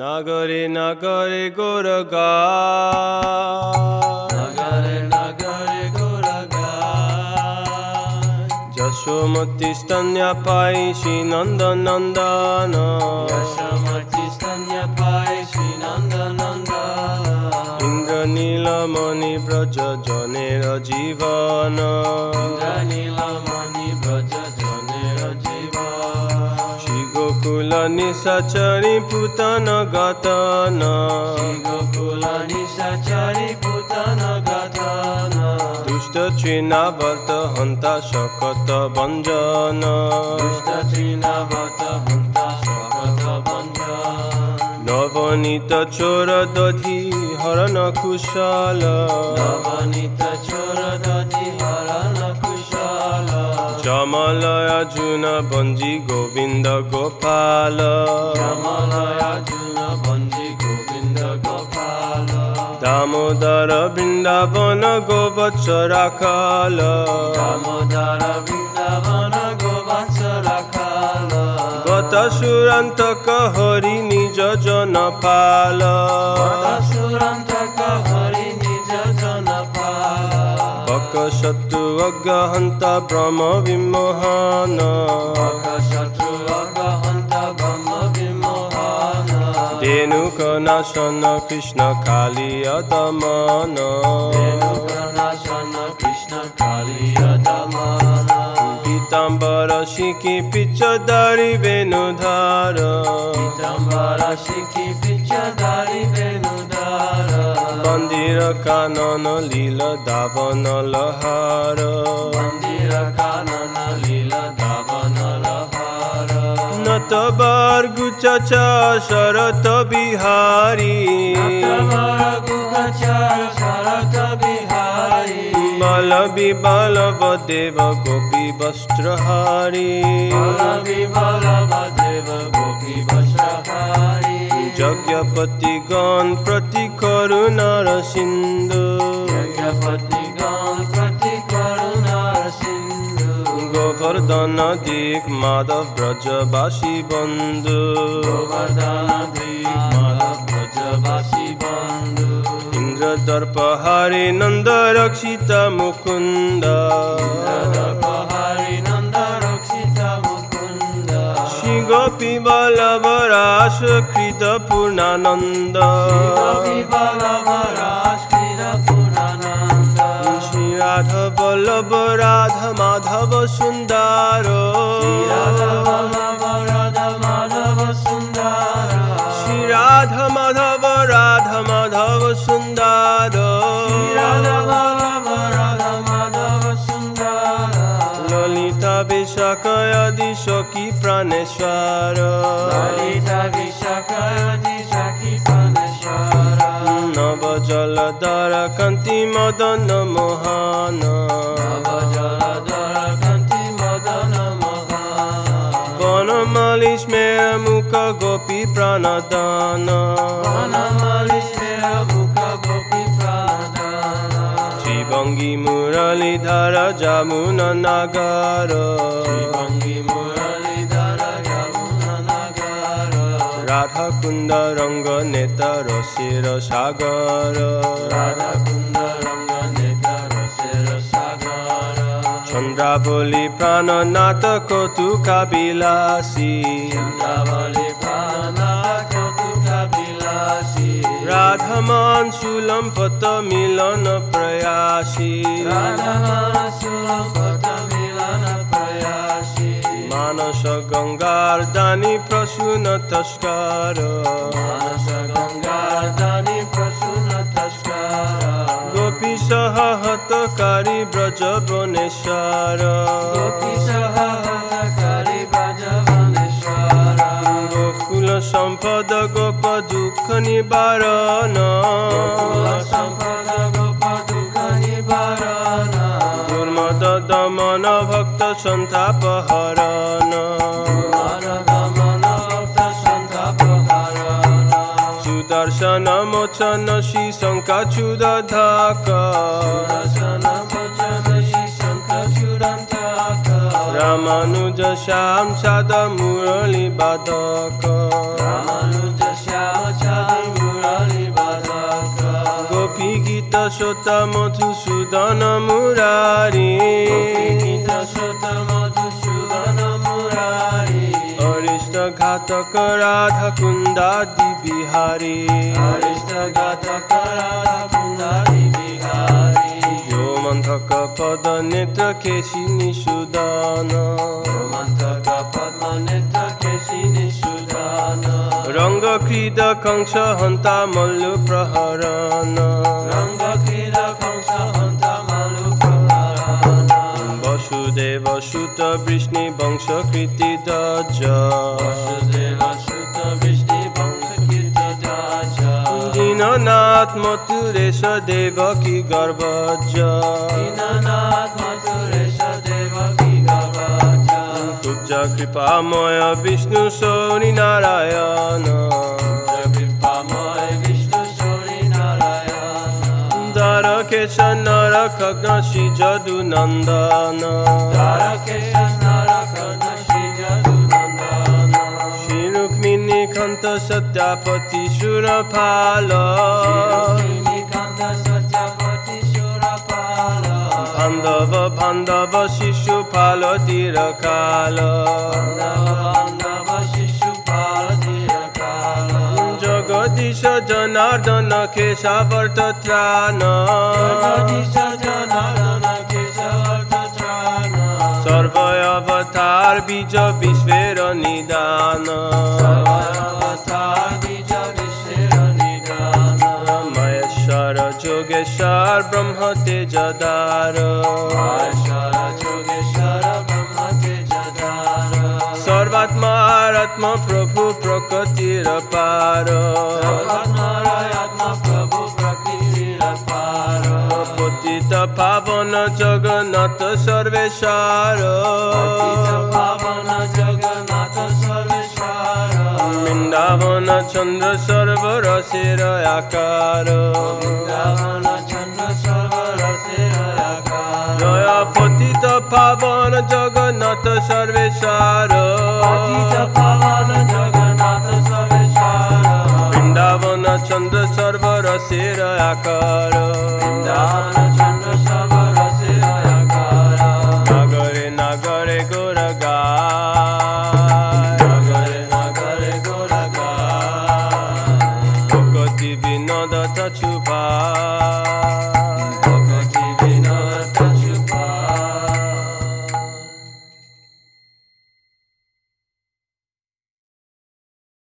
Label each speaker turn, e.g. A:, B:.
A: নগরে নগরে গোরগা
B: নগর নগর গোরগান
A: যশোমতি স্তন্যা পাইছি নন্দ নন্দন
B: সমচিস্তন্য পাই শ্রী নন্দ নন্দ
A: ইন্দ্র নীলমণি ব্রজ জনের জীবন
B: নীলমণি ব্রজ জনের জীবন
A: শ্রীগোকুল নিশাচরি পুতন গতন
B: গোকুল নিশাচারি পুতন গাথন
A: দুষ্ট চীনাবত হন্তা শকত বঞ্জন
B: দুষ্ট তৃণবত হন্তা স্বগত বন্ধন
A: নবনীত চোর দধি হরণ কুশল
B: নবনীত চোর দধি হরণ কুশল
A: চমলয় জুন বঞ্জি গোবিন্দ গোপাল
B: কমলয়া জুন বঞ্জি গোবিন্দ গোপাল
A: দামোদর বৃন্দাবন গোবৎস রাখাল
B: দামোদর বৃন্দাবন গোবাচর খাল
A: গত সুরান্ত হরি নিজ জন পাল
B: অসুরন্ত কহরি নিজ জন পাল
A: বক শত্রু অগ্রহন্ত ব্রহ্ম বিমোহন
B: শত্রু অগহন্ত ব্রহ্ম বিমোহন
A: তেনুক নাশন কৃষ্ণ কালী অদমন
B: রেণুকনাশন কৃষ্ণ কালী দমন
A: পীতাম্বর শিখি পিচদারি বেণুধার
B: পিতাম্বর শিখি পিচদারি বেণুদার
A: মন্দির কানন লীল দাবন লহার
B: মন্দির কানন লীল দাবন লহার
A: নতবার গুচচা শরত বিহারী
B: তবর গুহচর শরত বিহারী
A: বল বিবলব দেব গোপী বস্ত্রহারী যজ্ঞপতি গণ প্রতি করুণার সিন্ধু গোবর্ধন দিক মাধব ব্রজবাসী বন্ধু ইন্দ্র দর্প হারি নন্দ রক্ষিত মুকুন্দ শ্রী গোপী বলব রাস কৃত পূর্ণানন্দ শ্রী রাধা বল্লভ রাধা মাধব সুন্দর
B: মাধব সুন্দর
A: শ্রী রাধা মাধব রাধা মাধব সুন্দর
B: রাধা মাধব রাধা মাধব সুন্দর
A: ললিতা বিশাকয় দিশকি প্রাণেশ্বর
B: ললিতা বিশাখাদি সাখী পানেশ্বর
A: নব জলধর কান্তি মদন মোহন
B: নবজলধর কান্তি মদন মহান
A: বনমালিশ মের মুখ গোপী প্রাণদান
B: বনমালিশের মুখ গোপী প্রাণদান
A: শ্রীভঙ্গি মুরলীধর জামুন নাগর
B: শ্রীভঙ্গি মুরলীধর যমুনা নাগার
A: রাধা কুন্দ রঙ্গ নেতর শির সাগর
B: রাধা কুন্দ রঙ্গ নেতার শের সাগর
A: চন্দ্রাবলী প্রাণনাথ কৌতুকা বিলাসী
B: বৃন্দাবলী প্রাণা কতুকা বিলাসী
A: রাধমান সুলম পত মিলন প্রয়াসী মানস গঙ্গার দানি প্রসূন তস্কর গোপী সহ হতকারী ব্রজ বনেশ্বর গোকুল সম্পদ গোপ দুঃখ নিবারণ দুর্মদ দমন ভক্ত সন্তাপ হরণ সুদর্শন মোচন শ্রী শঙ্কা চুদ ধাক রামানুজ শ্যাম সাদ মুরলী বাদক
B: মানুষ শ্যাম
A: সত মধুসূদন মুরারি অরিষ্ট ঘাতক রাধা কুন্দাদি বিহারী যো মন্থক পদ নেত্র কেশিনী সুদান রঙ্গ ক্রীদ কংস হন্তা মল্লু প্রহরণ বসুদেব সুত বৃষ্ণি বংশ কৃতি দজ দীননাথ মতুরেশ দেবকী গর্ভজ কুব্জ কৃপাময় বিষ্ণু সৌরি নারায়ণ দ্বার কেশ নর খগ্ন শ্রী যদু নন্দন শ্রী রুক্মিণী খন্ত সত্যাপতি সুরফাল বান্ধব বান্ধব শিশু ফাল তীর কাল জগদীশ জনার্দন কেশাবর্ত ত্রাণ সর্ব অবতার বীজ বিশ্বের নিদান মহেশ্বর যোগেশ্বর ব্রহ্ম তেজদার সর্বাত্মারাত্ম প্রভু প্রকৃতির পার পতিত পাবন জগন্নাথ সর্বেশ্বর বৃন্দাবন চন্দ্র সর্বরসের আকার জয় পতিত পাবন জগন্নাথ সর্বেশ্বর বৃন্দাবন চন্দ্র সর্বরসের আকার